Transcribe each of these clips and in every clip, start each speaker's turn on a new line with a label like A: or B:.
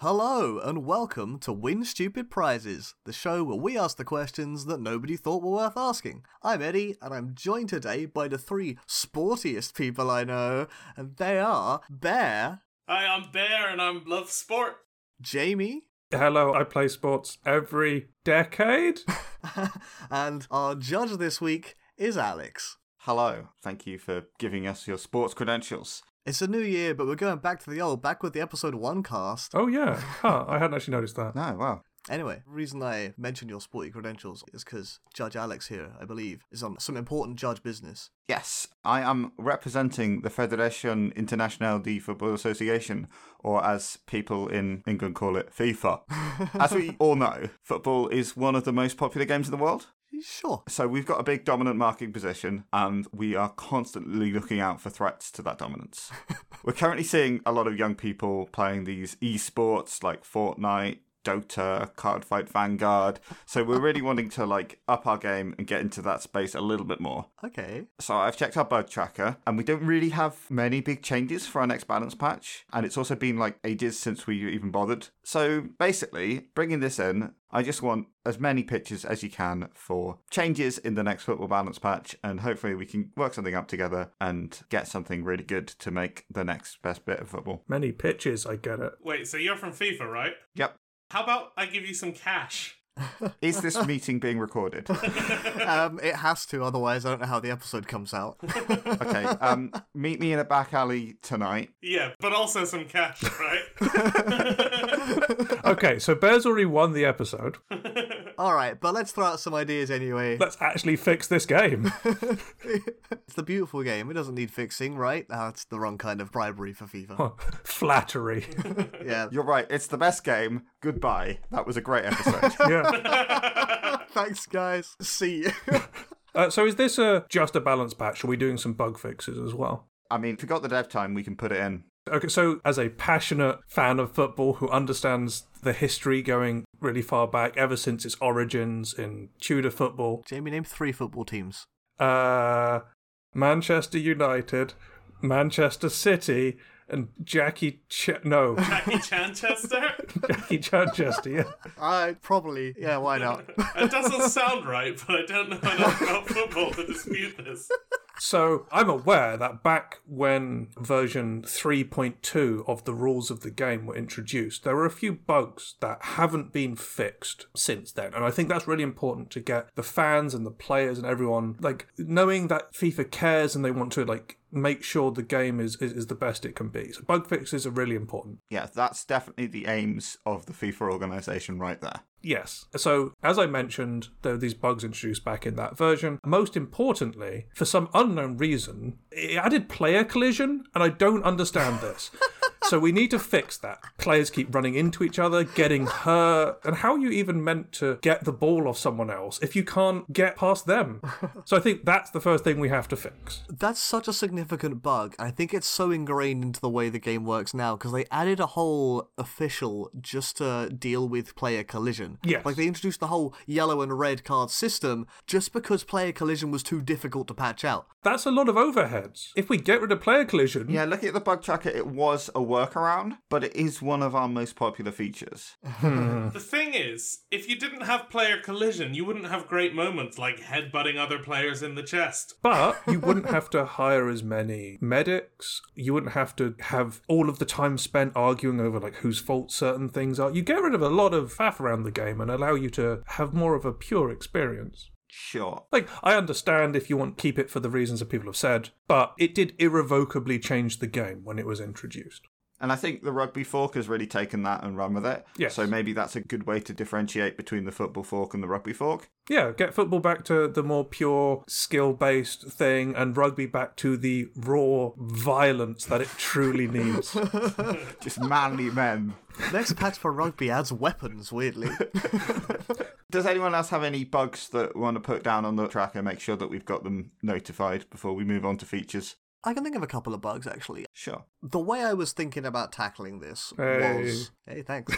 A: Hello, and welcome to Win Stupid Prizes, the show where we ask the questions that nobody thought were worth asking. I'm Eddie, and I'm joined today by the three sportiest people I know, and they are Bear,
B: Hi, I'm Bear and I am love sport.
A: Jamie,
C: Hello, I play sports every decade.
A: and our judge this week is Alex.
D: Hello. Thank you for giving us your sports credentials.
A: It's a new year, but we're going back to the old, back with the episode 1 cast.
C: Oh yeah, huh? I hadn't actually noticed that.
D: No, wow.
A: Anyway, the reason I mentioned your sporty credentials is because Judge Alex here, I believe, is on some important judge business.
D: Yes, I am representing the Federation Internationale de Football Association, or as people in England call it, FIFA. as we all know, football is one of the most popular games in the world.
A: Sure.
D: So we've got a big dominant marking position, and we are constantly looking out for threats to that dominance. We're currently seeing a lot of young people playing these esports like Fortnite, Dota, Card Fight Vanguard. So we're really wanting to like up our game and get into that space a little bit more.
A: Okay.
D: So I've checked our bug tracker, and we don't really have many big changes for our next balance patch. And it's also been like ages since we even bothered. So basically, bringing this in, I just want as many pictures as you can for changes in the next football balance patch, and hopefully we can work something up together and get something really good to make the next best bit of football.
C: Many pitches, I get it.
B: Wait, so you're from FIFA, right?
D: Yep.
B: How about I give you some cash?
D: Is this meeting being recorded?
A: um, it has to, otherwise I don't know how the episode comes out.
D: Okay. Um, meet me in a back alley tonight.
B: Yeah, but also some cash, right?
C: Okay, so Bear's already won the episode.
A: All right, but let's throw out some ideas anyway.
C: Let's actually fix this game.
A: it's the beautiful game. It doesn't need fixing, right? Ah, it's the wrong kind of bribery for FIFA.
C: Flattery.
A: yeah.
D: You're right. It's the best game. Goodbye. That was a great episode.
C: Yeah.
A: Thanks, guys. See you.
C: Uh, so is this a just a balance patch? Are we doing some bug fixes as well?
D: I mean, if we got the dev time, we can put it in.
C: Okay, so as a passionate fan of football who understands the history going really far back, ever since its origins in Tudor football,
A: Jamie, name three football teams.
C: uh, Manchester United, Manchester City, and Jackie Ch- no
B: Jackie Chanchester?
C: Jackie Chanchester. Yeah.
A: I probably. Yeah, why not?
B: It doesn't sound right, but I don't know enough about football to dispute this.
C: So I'm aware that back when version 3.2 of the rules of the game were introduced, there were a few bugs that haven't been fixed since then, and I think that's really important to get the fans and the players and everyone like knowing that FIFA cares and they want to like make sure the game is is, is the best it can be. So bug fixes are really important.
D: Yeah, that's definitely the aims of the FIFA organization right there.
C: Yes. So, as I mentioned, there were these bugs introduced back in that version. Most importantly, for some unknown reason, it added player collision, and I don't understand this. so, we need to fix that. Players keep running into each other, getting hurt, and how are you even meant to get the ball off someone else if you can't get past them? So, I think that's the first thing we have to fix.
A: That's such a significant bug. I think it's so ingrained into the way the game works now because they added a whole official just to deal with player collision.
C: Yes.
A: Like they introduced the whole yellow and red card system just because player collision was too difficult to patch out.
C: That's a lot of overheads. If we get rid of player collision,
D: Yeah, looking at the bug tracker, it was a workaround, but it is one of our most popular features.
B: The thing is, if you didn't have player collision, you wouldn't have great moments like headbutting other players in the chest.
C: But you wouldn't have to hire as many medics. You wouldn't have to have all of the time spent arguing over like whose fault certain things are. You get rid of a lot of faff around the game and allow you to have more of a pure experience.
D: Sure.
C: Like I understand if you want to keep it for the reasons that people have said, but it did irrevocably change the game when it was introduced.
D: And I think the rugby fork has really taken that and run with it.
C: Yes.
D: So maybe that's a good way to differentiate between the football fork and the rugby fork.
C: Yeah, get football back to the more pure skill based thing and rugby back to the raw violence that it truly needs.
D: Just manly men.
A: Next patch for rugby adds weapons, weirdly.
D: Does anyone else have any bugs that want to put down on the tracker? Make sure that we've got them notified before we move on to features.
A: I can think of a couple of bugs actually.
D: Sure.
A: the way I was thinking about tackling this
C: Hey.
A: was hey, thanks.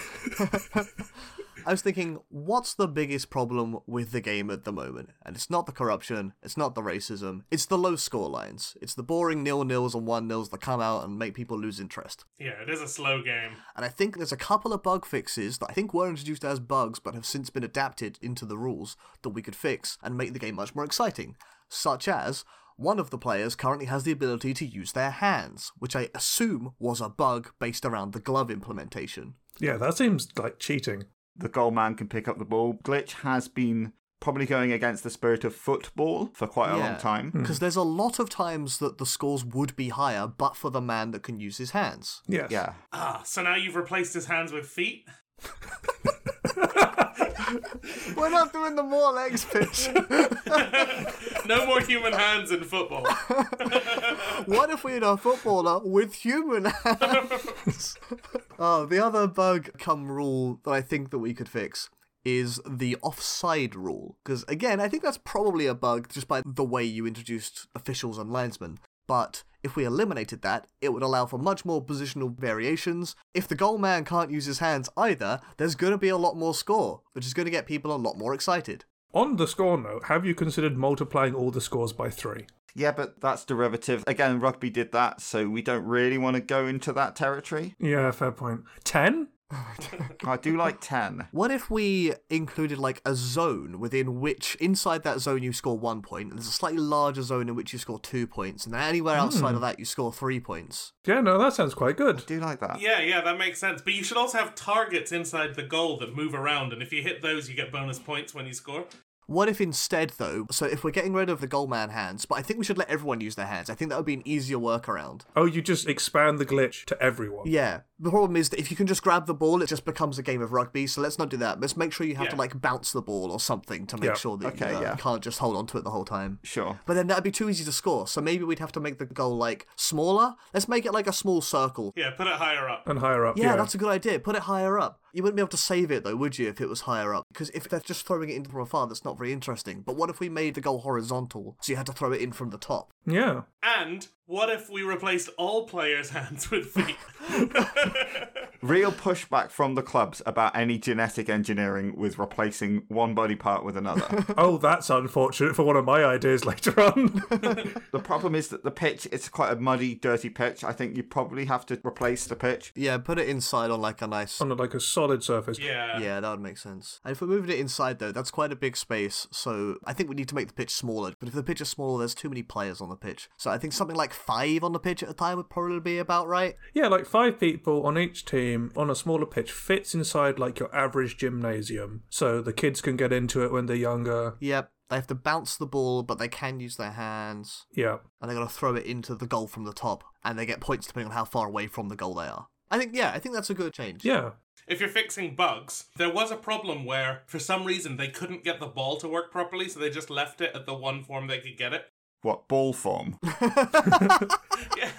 A: I was thinking, what's the biggest problem with the game at the moment? And it's not the corruption, it's not the racism, it's the low score lines. It's the boring nil nils and one nils that come out and make people lose interest.
B: Yeah, it is a slow game.
A: And I think there's a couple of bug fixes that I think were introduced as bugs but have since been adapted into the rules that we could fix and make the game much more exciting, such as one of the players currently has the ability to use their hands, which I assume was a bug based around the glove implementation.
C: Yeah, that seems like cheating.
D: The goal man can pick up the ball. Glitch has been probably going against the spirit of football for quite a
A: Yeah.
D: long time.
A: Because there's a lot of times that the scores would be higher but for the man that can use his hands.
C: Yes.
D: Yeah.
B: Ah, so now you've replaced his hands with feet?
A: We're not doing the more legs pitch.
B: No more human hands in football.
A: What if we had a footballer with human hands? oh, the other bug come rule that I think that we could fix is the offside rule. Because again, I think that's probably a bug just by the way you introduced officials and linesmen. But if we eliminated that, it would allow for much more positional variations. If the goal man can't use his hands either, there's going to be a lot more score, which is going to get people a lot more excited.
C: On the score note, have you considered multiplying all the scores by three?
D: Yeah, but that's derivative. Again, rugby did that, so we don't really want to go into that territory.
C: Yeah, fair point. Ten?
D: I do like 10.
A: What if we included like a zone within which, inside that zone, you score one point, and there's a slightly larger zone in which you score two points, and then anywhere outside of that, you score three points?
C: Yeah, no, that sounds quite good.
D: I do like that.
B: Yeah, yeah, that makes sense. But you should also have targets inside the goal that move around, and if you hit those, you get bonus points when you score.
A: What if instead, though, so if we're getting rid of the goal man hands, but I think we should let everyone use their hands. I think that would be an easier workaround.
C: Oh, you just expand the glitch to everyone.
A: Yeah. The problem is that if you can just grab the ball, it just becomes a game of rugby, so let's not do that. Let's make sure you have to
B: Yeah.
A: like bounce the ball or something to make
C: Yeah.
A: sure that
D: Okay,
A: you uh,
D: yeah.
A: can't just hold on to it the whole time.
D: Sure.
A: But then that'd be too easy to score, so maybe we'd have to make the goal like smaller. Let's make it like a small circle.
B: Yeah, put it higher up.
C: And higher up.
A: Yeah, that's a good idea. Put it higher up. You wouldn't be able to save it though, would you, if it was higher up? Because if they're just throwing it in from afar, that's not very interesting. But what if we made the goal horizontal, so you had to throw it in from the top?
C: yeah.
B: And what if we replaced all players' hands with feet?
D: Real pushback from the clubs about any genetic engineering with replacing one body part with another.
C: Oh, that's unfortunate for one of my ideas later on.
D: the problem is that the pitch, it's quite a muddy, dirty pitch. I think you probably have to replace the pitch.
A: Yeah, put it inside on like a nice.
C: On like a solid surface.
B: yeah.
A: Yeah, that would make sense. And if we're moving it inside though, that's quite a big space, so I think we need to make the pitch smaller. But if the pitch is smaller, there's too many players on the pitch. So I think something like five on the pitch at a time would probably be about right.
C: Yeah, like five people on each team on a smaller pitch fits inside like your average gymnasium. So the kids can get into it when they're younger.
A: Yep. They have to bounce the ball, but they can use their hands.
C: Yeah.
A: and they're going to throw it into the goal from the top, and they get points depending on how far away from the goal they are. I think, yeah, I think that's a good change.
C: Yeah.
B: If you're fixing bugs, there was a problem where, for some reason, they couldn't get the ball to work properly, so they just left it at the one form they could get it.
D: What, ball form?
B: Yeah.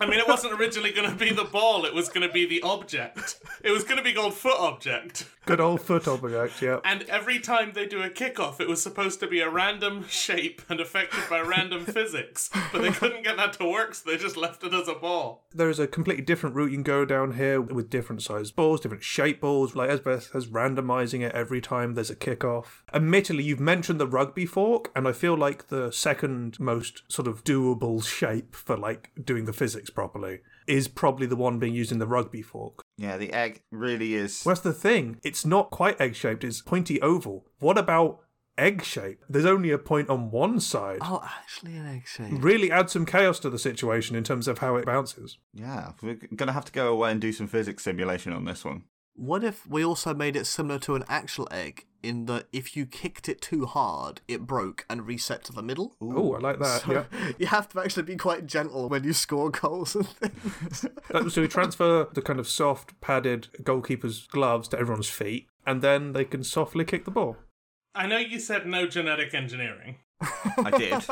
B: I mean, it wasn't originally going to be the ball, it was going to be the object. It was going to be called foot object.
C: Good old foot object, yeah.
B: And every time they do a kickoff, it was supposed to be a random shape and affected by random physics. But they couldn't get that to work, so they just left it as a ball.
C: There's a completely different route you can go down here with different sized balls, different shape balls. Like Esbeth has randomizing it every time there's a kickoff. Admittedly, you've mentioned the rugby fork, and I feel like the second most sort of doable shape for like doing the physics properly is probably the one being used in the rugby fork.
D: Yeah, the egg really is.
C: Well, that's the thing. It's not quite egg shaped, it's pointy oval. What about egg shape? There's only a point on one side.
A: Oh, actually, an egg shape.
C: Really add some chaos to the situation in terms of how it bounces.
D: Yeah, we're going to have to go away and do some physics simulation on this one.
A: What if we also made it similar to an actual egg in that if you kicked it too hard, it broke and reset to the middle?
C: Oh, I like that.
A: So
C: yeah.
A: you have to actually be quite gentle when you score goals and things.
C: That- Uh, so we transfer the kind of soft padded goalkeeper's gloves to everyone's feet, and then they can softly kick the ball.
B: I know you said no genetic engineering,
D: I did.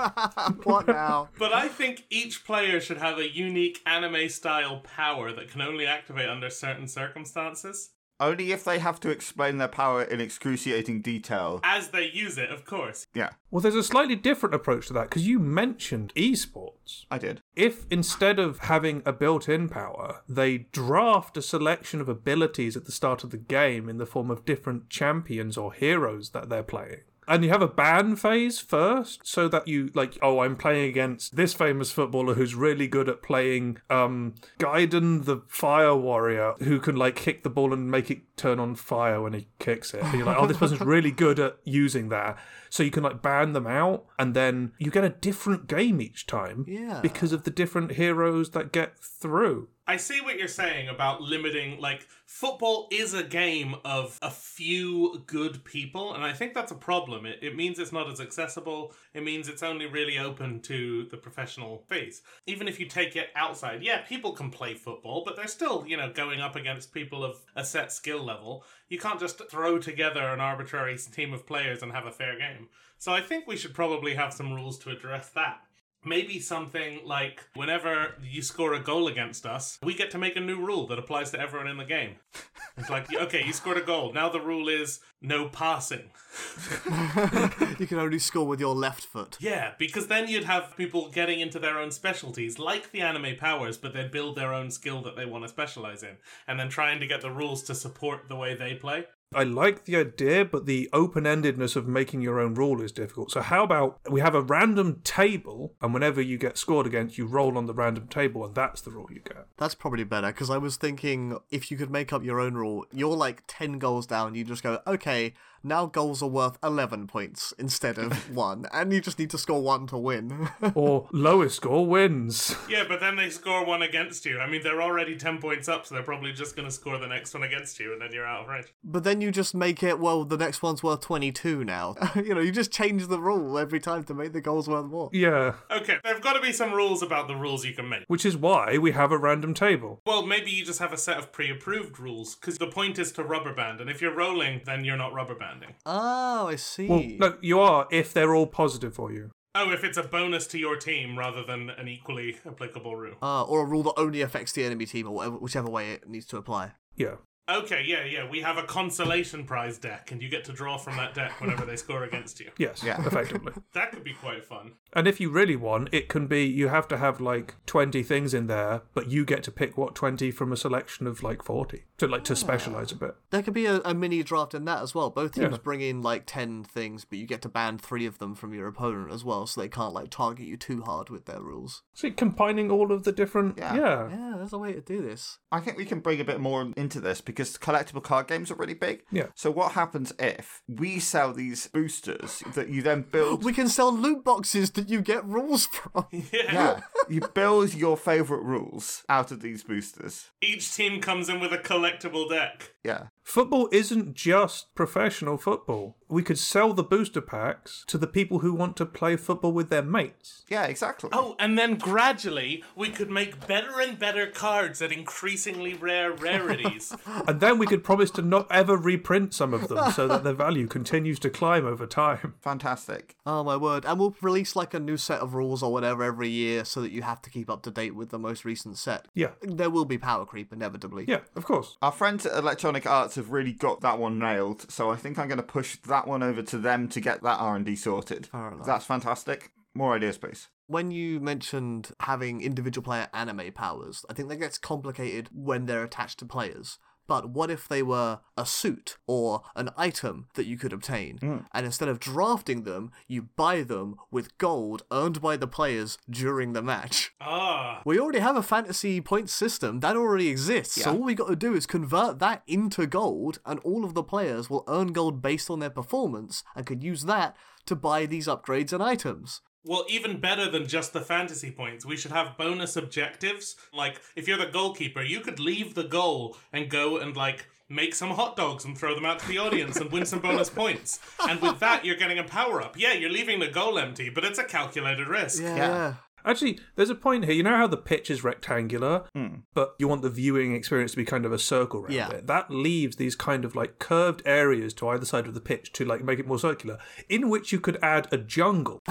A: what now?
B: but I think each player should have a unique anime style power that can only activate under certain circumstances.
D: Only if they have to explain their power in excruciating detail.
B: As they use it, of course.
D: Yeah.
C: Well, there's a slightly different approach to that because you mentioned esport. cards.
D: I did.
C: If instead of having a built in power, they draft a selection of abilities at the start of the game in the form of different champions or heroes that they're playing. And you have a ban phase first, so that you like, oh, I'm playing against this famous footballer who's really good at playing um Gaiden the Fire Warrior, who can like kick the ball and make it turn on fire when he kicks it. And you're like, oh, this person's really good at using that. So you can like ban them out and then you get a different game each time.
A: Yeah.
C: Because of the different heroes that get through.
B: I see what you're saying about limiting, like, football is a game of a few good people, and I think that's a problem. It, it means it's not as accessible, it means it's only really open to the professional phase. Even if you take it outside, yeah, people can play football, but they're still, you know, going up against people of a set skill level. You can't just throw together an arbitrary team of players and have a fair game. So I think we should probably have some rules to address that. Maybe something like whenever you score a goal against us, we get to make a new rule that applies to everyone in the game. It's like, okay, you scored a goal. Now the rule is no passing.
A: you can only score with your left foot.
B: Yeah, because then you'd have people getting into their own specialties, like the anime powers, but they'd build their own skill that they want to specialize in, and then trying to get the rules to support the way they play.
C: I like the idea, but the open endedness of making your own rule is difficult. So, how about we have a random table, and whenever you get scored against, you roll on the random table, and that's the rule you get?
A: That's probably better because I was thinking if you could make up your own rule, you're like 10 goals down, you just go, okay, now goals are worth 11 points instead of 1, and you just need to score 1 to win.
C: or lowest score wins.
B: Yeah, but then they score one against you. I mean, they're already 10 points up, so they're probably just going to score the next one against you, and then you're out of range.
A: but then you just make it, well, the next one's worth 22 now. you know, you just change the rule every time to make the goals worth more.
C: Yeah.
B: Okay, there've got to be some rules about the rules you can make.
C: Which is why we have a random table.
B: Well, maybe you just have a set of pre approved rules, because the point is to rubber band, and if you're rolling, then you're not rubber banding.
A: Oh, I see.
C: Well, no, you are if they're all positive for you.
B: Oh, if it's a bonus to your team rather than an equally applicable rule.
A: Ah, or a rule that only affects the enemy team, or whatever, whichever way it needs to apply.
C: Yeah.
B: Okay, yeah, yeah, we have a consolation prize deck, and you get to draw from that deck whenever they score against you.
C: Yes,
D: Yeah.
C: effectively.
B: That could be quite fun.
C: And if you really want, it can be you have to have like 20 things in there, but you get to pick what 20 from a selection of like 40 to like to specialize a bit.
A: There could be a, a mini draft in that as well. Both teams
C: Yeah.
A: bring in like 10 things, but you get to ban three of them from your opponent as well, so they can't like target you too hard with their rules.
C: See, combining all of the different. Yeah.
D: Yeah.
C: Yeah.
A: Yeah, there's a way to do this.
D: I think we can bring a bit more into this because collectible card games are really big.
C: Yeah.
D: So what happens if we sell these boosters that you then build?
A: We can sell loot boxes that you get rules from.
D: yeah. You build your favorite rules out of these boosters.
B: Each team comes in with a collectible deck.
D: Yeah.
C: Football isn't just professional football. We could sell the booster packs to the people who want to play football with their mates.
D: Yeah, exactly.
B: Oh, and then gradually we could make better and better cards at increasingly rare rarities.
C: And then we could promise to not ever reprint some of them so that their value continues to climb over time.
D: Fantastic.
A: Oh my word. And we'll release like a new set of rules or whatever every year so that you have to keep up to date with the most recent set.
C: Yeah.
A: There will be power creep inevitably.
C: Yeah, of course.
D: Our friends at Electronic Arts have really got that one nailed, so I think I'm going to push that one over to them to get that R&D sorted.
A: enough.
D: That's fantastic. More ideas, please.
A: When you mentioned having individual player anime powers, I think that gets complicated when they're attached to players. But what if they were a suit or an item that you could obtain? And instead of drafting them, you buy them with gold earned by the players during the match.
B: ah,
A: We already have a fantasy point system that already exists. So all we got to do is convert that into gold, and all of the players will earn gold based on their performance and can use that to buy these upgrades and items.
B: well, even better than just the fantasy points, we should have bonus objectives. Like, if you're the goalkeeper, you could leave the goal and go and, like, make some hot dogs and throw them out to the audience and win some bonus points. And with that, you're getting a power up. Yeah, you're leaving the goal empty, but it's a calculated risk.
A: Yeah.
D: Yeah.
C: Actually, there's a point here. You know how the pitch is rectangular, but you want the viewing experience to be kind of a circle around
A: Hmm. Yeah.
C: it. That leaves these kind of like curved areas to either side of the pitch to like make it more circular, in which you could add a jungle.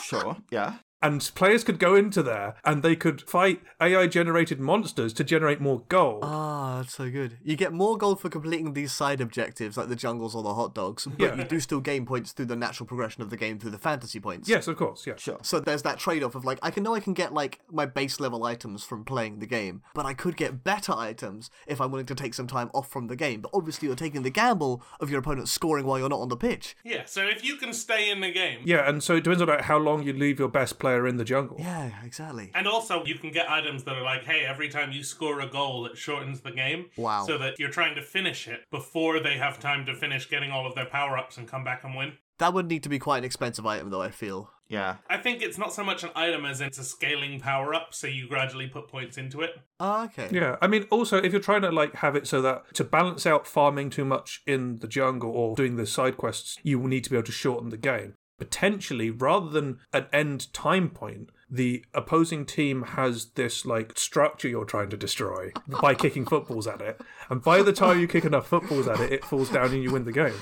D: sure. Yeah.
C: And players could go into there and they could fight AI generated monsters to generate more gold.
A: Ah, that's so good. You get more gold for completing these side objectives, like the jungles or the hot dogs, but you do still gain points through the natural progression of the game through the fantasy points.
C: yes, of course. Yeah.
D: Sure.
A: So there's that trade off of like, I can know I can get like my base level items from playing the game, but I could get better items if I'm willing to take some time off from the game. But obviously, you're taking the gamble of your opponent scoring while you're not on the pitch.
B: Yeah, so if you can stay in the game,
C: Yeah, and so it depends on how long you leave your best player in the jungle.
A: Yeah, exactly.
B: And also, you can get items that are like, hey, every time you score a goal, it shortens the game.
A: Wow.
B: So that you're trying to finish it before they have time to finish getting all of their power ups and come back and win.
A: That would need to be quite an expensive item, though, I feel.
D: Yeah.
B: I think it's not so much an item as it's a scaling power up, so you gradually put points into it.
A: Ah, okay.
C: Yeah, I mean, also if you're trying to like have it so that to balance out farming too much in the jungle or doing the side quests, you will need to be able to shorten the game. Potentially, rather than an end time point, the opposing team has this like structure you're trying to destroy by kicking footballs at it, and by the time you kick enough footballs at it, it falls down and you win the game.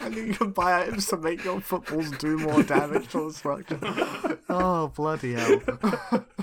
A: and you can buy items to make your footballs do more damage to the structure. Oh, bloody hell.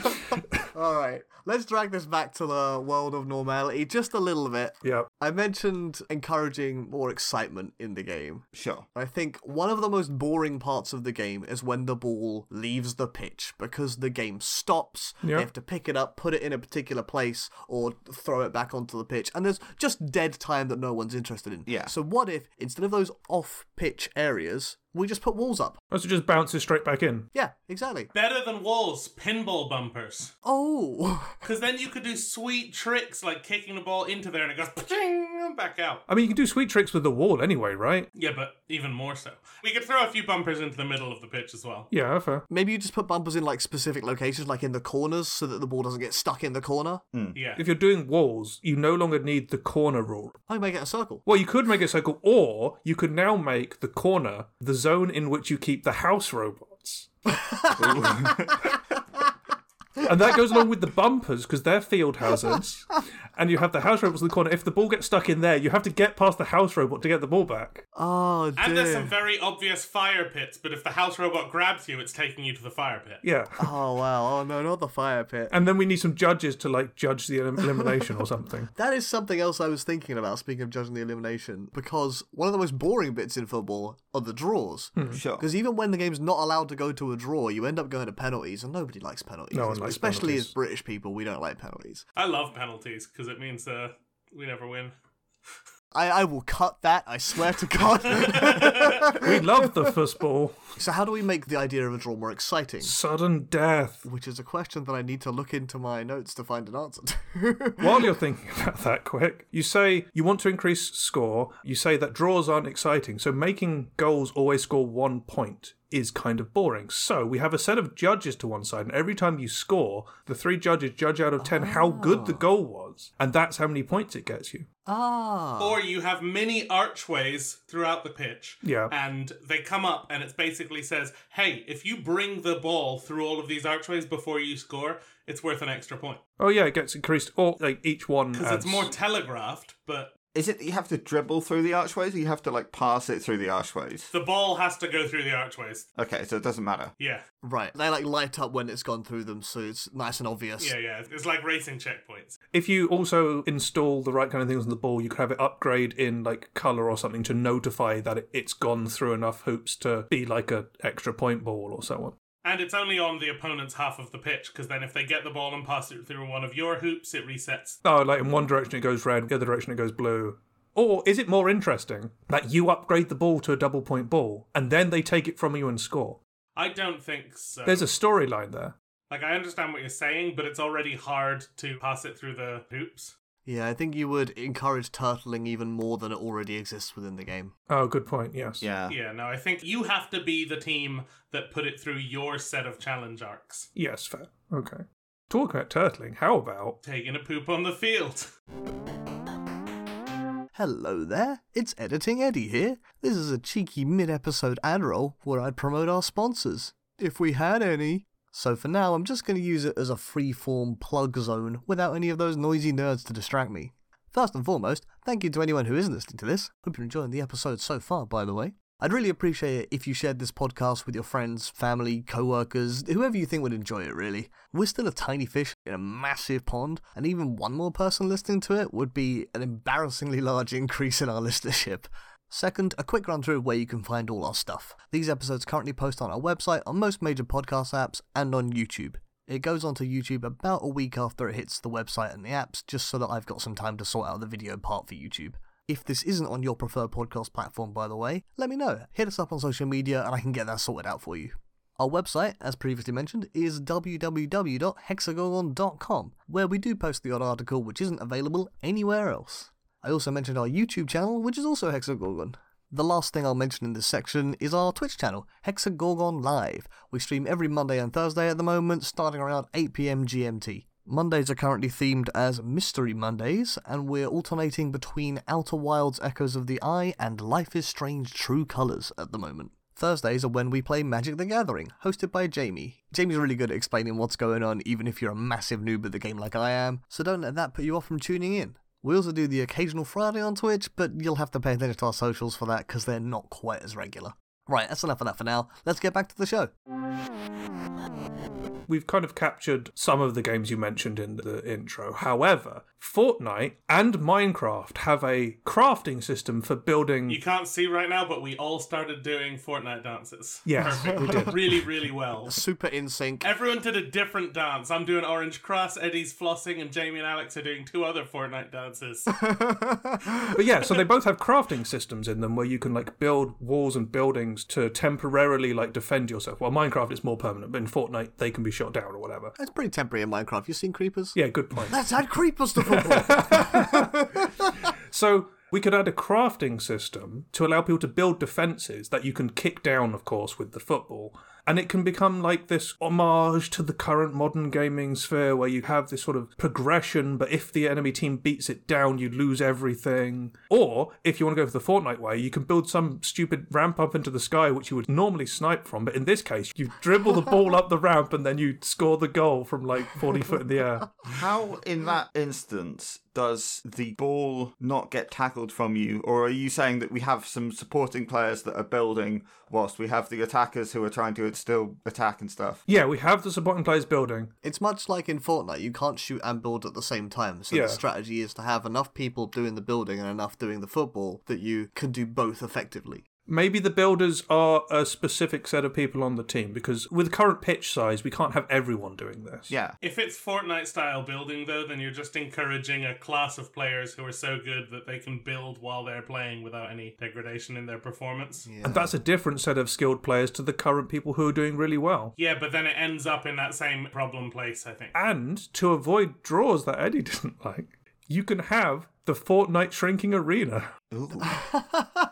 A: All right, let's drag this back to the world of normality just a little bit.
C: Yeah,
A: I mentioned encouraging more excitement in the game.
D: Sure.
A: I think one of the most boring parts of the game is when the ball leaves the pitch because the game stops.
C: Yeah.
A: They have to pick it up, put it in a particular place, or throw it back onto the pitch. And there's just dead time that no one's interested in.
D: Yeah.
A: So what if instead of those off pitch areas, we just put walls up?
C: also just bounces straight back in.
A: Yeah, exactly.
B: Better than walls, pinball bumpers.
A: Oh,
B: Because then you could do sweet tricks like kicking the ball into there and it goes "Paching," and back out.
C: I mean, you can do sweet tricks with the wall anyway, right?
B: Yeah, but even more so. We could throw a few bumpers into the middle of the pitch as well.
C: Yeah, fair.
A: maybe you just put bumpers in like specific locations, like in the corners, so that the ball doesn't get stuck in the corner.
B: Yeah.
C: If you're doing walls, you no longer need the corner rule.
A: Oh, you make it a circle.
C: Well, you could make a circle, or you could now make the corner the zone in which you keep the house robots. and that goes along with the bumpers because they're field hazards. And you have the house robots in the corner. If the ball gets stuck in there, you have to get past the house robot to get the ball back.
A: Oh, dear.
B: And there's some very obvious fire pits, but if the house robot grabs you, it's taking you to the fire pit.
C: Yeah.
A: Oh wow! Oh no, not the fire pit.
C: And then we need some judges to like judge the elim- elimination or something.
A: That is something else I was thinking about. Speaking of judging the elimination, because one of the most boring bits in football are the draws.
C: Hmm.
D: Sure.
A: Because even when the game's not allowed to go to a draw, you end up going to penalties, and nobody likes penalties.
C: No one likes
A: Especially
C: penalties.
A: as British people, we don't like penalties.
B: I love penalties because it means uh, we never win.
A: I, I will cut that. I swear to God.
C: We love the football.
A: so how do we make the idea of a draw more exciting?
C: Sudden death.
A: Which is a question that I need to look into my notes to find an answer to.
C: While you're thinking about that quick, you say you want to increase score. You say that draws aren't exciting. So making goals always score one point is kind of boring. So we have a set of judges to one side, and every time you score, the three judges judge out of 10 how good the
B: Oh.
C: goal was. And that's how many points it gets you.
A: ah.
C: Uh-huh.
B: Or you have mini archways throughout the pitch.
C: Yeah.
B: And they come up and it basically says, hey, if you bring the ball through all of these archways before you score, it's worth an extra point.
C: Oh, yeah, it gets increased. Or like each one.
B: Because it's
C: adds-
B: more telegraphed, but
D: Is it that you have to dribble through the archways or you have to like pass it through the archways?
B: the ball has to go through the archways.
D: Okay, so it doesn't matter.
B: Yeah.
A: Right. They like light up when it's gone through them, so it's nice and obvious.
B: Yeah, yeah. It's like racing checkpoints.
C: If you also install the right kind of things on the ball, you could have it upgrade in like color or something to notify that it- it's gone through enough hoops to be like a extra point ball or so on.
B: And it's only on the opponent's half of the pitch, because then if they get the ball and pass it through one of your hoops, it resets.
C: Oh, like in one direction it goes red, the other direction it goes blue. Or is it more interesting that you upgrade the ball to a double point ball and then they take it from you and score?
B: I don't think so.
C: There's a storyline there.
B: Like, I understand what you're saying, but it's already hard to pass it through the hoops.
A: Yeah, I think you would encourage turtling even more than it already exists within the game.
C: Oh, good point. Yes.
D: Yeah.
B: Yeah, no, I think you have to be the team that put it through your set of challenge arcs.
C: Yes, fair. Okay. Talking about turtling, how about
B: Taking a poop on the field.
A: Hello there, it's Editing Eddie here. This is a cheeky mid episode ad roll where I promote our sponsors, if we had any. So for now, I'm just going to use it as a free form plug zone without any of those noisy nerds to distract me. First and foremost, thank you to anyone who is listening to this. Hope you're enjoying the episode so far, by the way. I'd really appreciate it if you shared this podcast with your friends, family, coworkers, whoever you think would enjoy it, really. We're still a tiny fish in a massive pond, and even one more person listening to it would be an embarrassingly large increase in our listenership. Second, a quick run through of where you can find all our stuff. These episodes currently post on our website, on most major podcast apps, and on YouTube. It goes onto YouTube about a week after it hits the website and the apps, just so that I've got some time to sort out the video part for YouTube. If this isn't on your preferred podcast platform, by the way, let me know. Hit us up on social media and I can get that sorted out for you. Our website, as previously mentioned, is www.hexagon.com, where we do post the odd article which isn't available anywhere else. I also mentioned our YouTube channel, which is also Hexagorgon. The last thing I'll mention in this section is our Twitch channel, Hexagorgon Live. We stream every Monday and Thursday at the moment, starting around 8pm GMT. Mondays are currently themed as Mystery Mondays, and we're alternating between Outer Wilds Echoes of the Eye and Life is Strange True Colors at the moment. Thursdays are when we play Magic the Gathering, hosted by Jamie. Jamie's really good at explaining what's going on, even if you're a massive noob at the game like I am, so don't let that put you off from tuning in. We also do the occasional Friday on Twitch, but you'll have to pay attention to our socials for that because they're not quite as regular. Right, that's enough of that for now. Let's get back to the show.
C: We've kind of captured some of the games you mentioned in the intro. However, Fortnite and Minecraft have a crafting system for building.
B: You can't see right now, but we all started doing Fortnite dances.
C: Yes, we did.
B: Really, really well.
A: Super in sync.
B: Everyone did a different dance. I'm doing Orange Cross, Eddie's flossing, and Jamie and Alex are doing two other Fortnite dances.
C: But yeah, so they both have crafting systems in them where you can like build walls and buildings to temporarily like defend yourself. Well, Minecraft is more permanent, but in Fortnite they can be shot down or whatever.
A: It's pretty temporary in Minecraft. You've seen creepers?
C: Yeah, good point.
A: Let's add creepers to football.
C: So we could add a crafting system to allow people to build defenses that you can kick down, of course, with the football. And it can become like this homage to the current modern gaming sphere where you have this sort of progression, but if the enemy team beats it down, you lose everything. Or if you want to go for the Fortnite way, you can build some stupid ramp up into the sky, which you would normally snipe from. But in this case, you dribble the ball up the ramp and then you score the goal from like 40 foot in the air.
D: How, in that instance, does the ball not get tackled from you? Or are you saying that we have some supporting players that are building whilst we have the attackers who are trying to still attack and stuff?
C: Yeah, we have the supporting players building.
A: it's much like in Fortnite, you can't shoot and build at the same time. So
C: Yeah.
A: the strategy is to have enough people doing the building and enough doing the football that you can do both effectively.
C: Maybe the builders are a specific set of people on the team because with current pitch size, we can't have everyone doing this.
D: Yeah.
B: if it's Fortnite style building, though, then you're just encouraging a class of players who are so good that they can build while they're playing without any degradation in their performance.
A: Yeah.
C: And that's a different set of skilled players to the current people who are doing really well.
B: Yeah, but then it ends up in that same problem place, I think.
C: And to avoid draws that Eddie didn't like, you can have the Fortnite shrinking arena.
D: Ooh.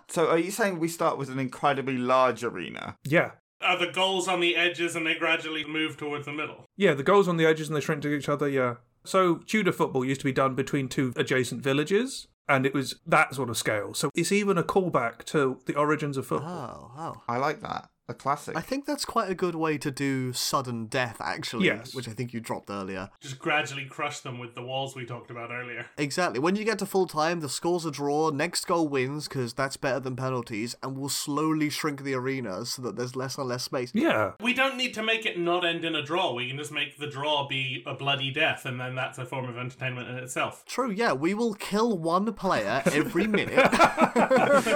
D: so are you saying we start with an incredibly large arena?
C: Yeah.
B: Are the goals on the edges and they gradually move towards the middle?
C: Yeah, the goal's on the edges and they shrink to each other, yeah. So Tudor football used to be done between two adjacent villages, and it was that sort of scale. So it's even a callback to the origins of football.
A: Oh, wow.
D: I like that. A classic.
A: I think that's quite a good way to do sudden death, actually,
C: Yes.
A: which I think you dropped earlier.
B: Just gradually crush them with the walls we talked about earlier.
A: Exactly. When you get to full time, the scores are draw, next goal wins, because that's better than penalties, and we'll slowly shrink the arena so that there's less and less space.
C: Yeah.
B: We don't need to make it not end in a draw. We can just make the draw be a bloody death, and then that's a form of entertainment in itself.
A: True, yeah, we will kill one player every minute.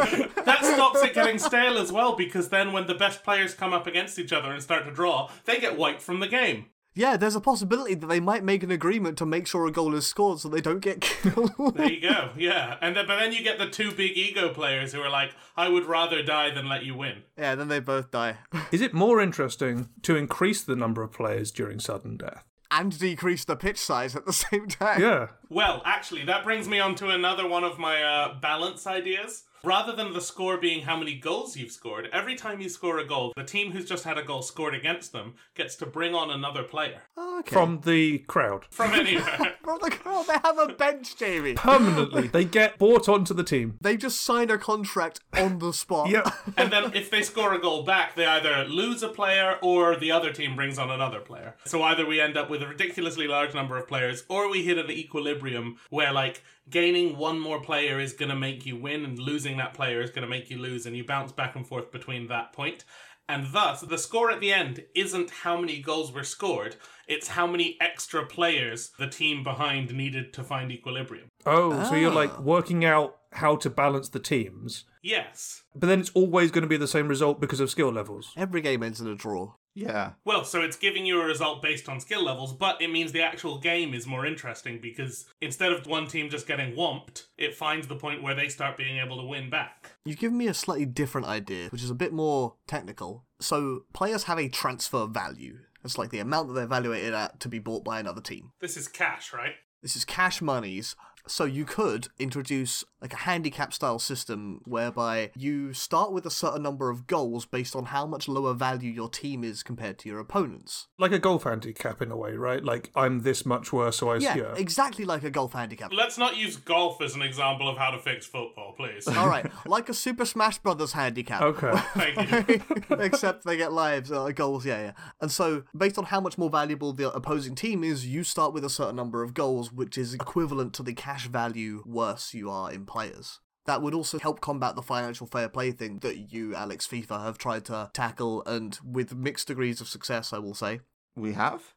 B: That stops it getting stale as well, because then when the best players come up against each other and start to draw, they get wiped from the game.
A: yeah, there's a possibility that they might make an agreement to make sure a goal is scored so they don't get killed.
B: There you go, yeah. And then, but then you get the two big ego players who are like, "I would rather die than let you win."
A: yeah, then they both die.
C: Is it more interesting to increase the number of players during sudden death?
A: and decrease the pitch size at the same time.
C: Yeah.
B: Well, actually, that brings me on to another one of my uh, balance ideas. Rather than the score being how many goals you've scored, every time you score a goal, the team who's just had a goal scored against them gets to bring on another player
A: Oh, okay.
C: From the crowd.
B: from anywhere.
A: From the crowd, they have a bench, Jamie.
C: Permanently, they get bought onto the team.
A: They just sign a contract on the spot.
C: Yep.
B: and then if they score a goal back, they either lose a player or the other team brings on another player. So either we end up with a ridiculously large number of players or we hit an equilibrium where like gaining one more player is going to make you win and losing losing that player is going to make you lose, and you bounce back and forth between that point. And thus, the score at the end isn't how many goals were scored, it's how many extra players the team behind needed to find equilibrium.
C: Oh, so you're
A: Ah.
C: like working out how to balance the teams,
B: Yes.
C: but then it's always going to be the same result because of skill levels.
A: Every game ends in a draw.
D: Yeah.
B: Well, so it's giving you a result based on skill levels, but it means the actual game is more interesting because instead of one team just getting whomped, it finds the point where they start being able to win back.
A: You've given me a slightly different idea, which is a bit more technical. So players have a transfer value. It's like the amount that they're valuated at to be bought by another team.
B: This is cash, right?
A: This is cash monies. So you could introduce like a handicap style system whereby you start with a certain number of goals based on how much lower value your team is compared to your opponents.
C: Like a golf handicap in a way, right? Like I'm this much worse, so I
A: Yeah,
C: yeah.
A: exactly like a golf handicap.
B: Let's not use golf as an example of how to fix football, please.
A: All right, like a Super Smash Brothers handicap.
C: Okay.
B: Thank you.
A: Except they get lives, uh, goals, yeah, yeah. And so, based on how much more valuable the opposing team is, you start with a certain number of goals, which is equivalent to the cash value worse you are in players. That would also help combat the financial fair play thing that you, Alex FIFA, have tried to tackle, and with mixed degrees of success, I will say.
D: We have.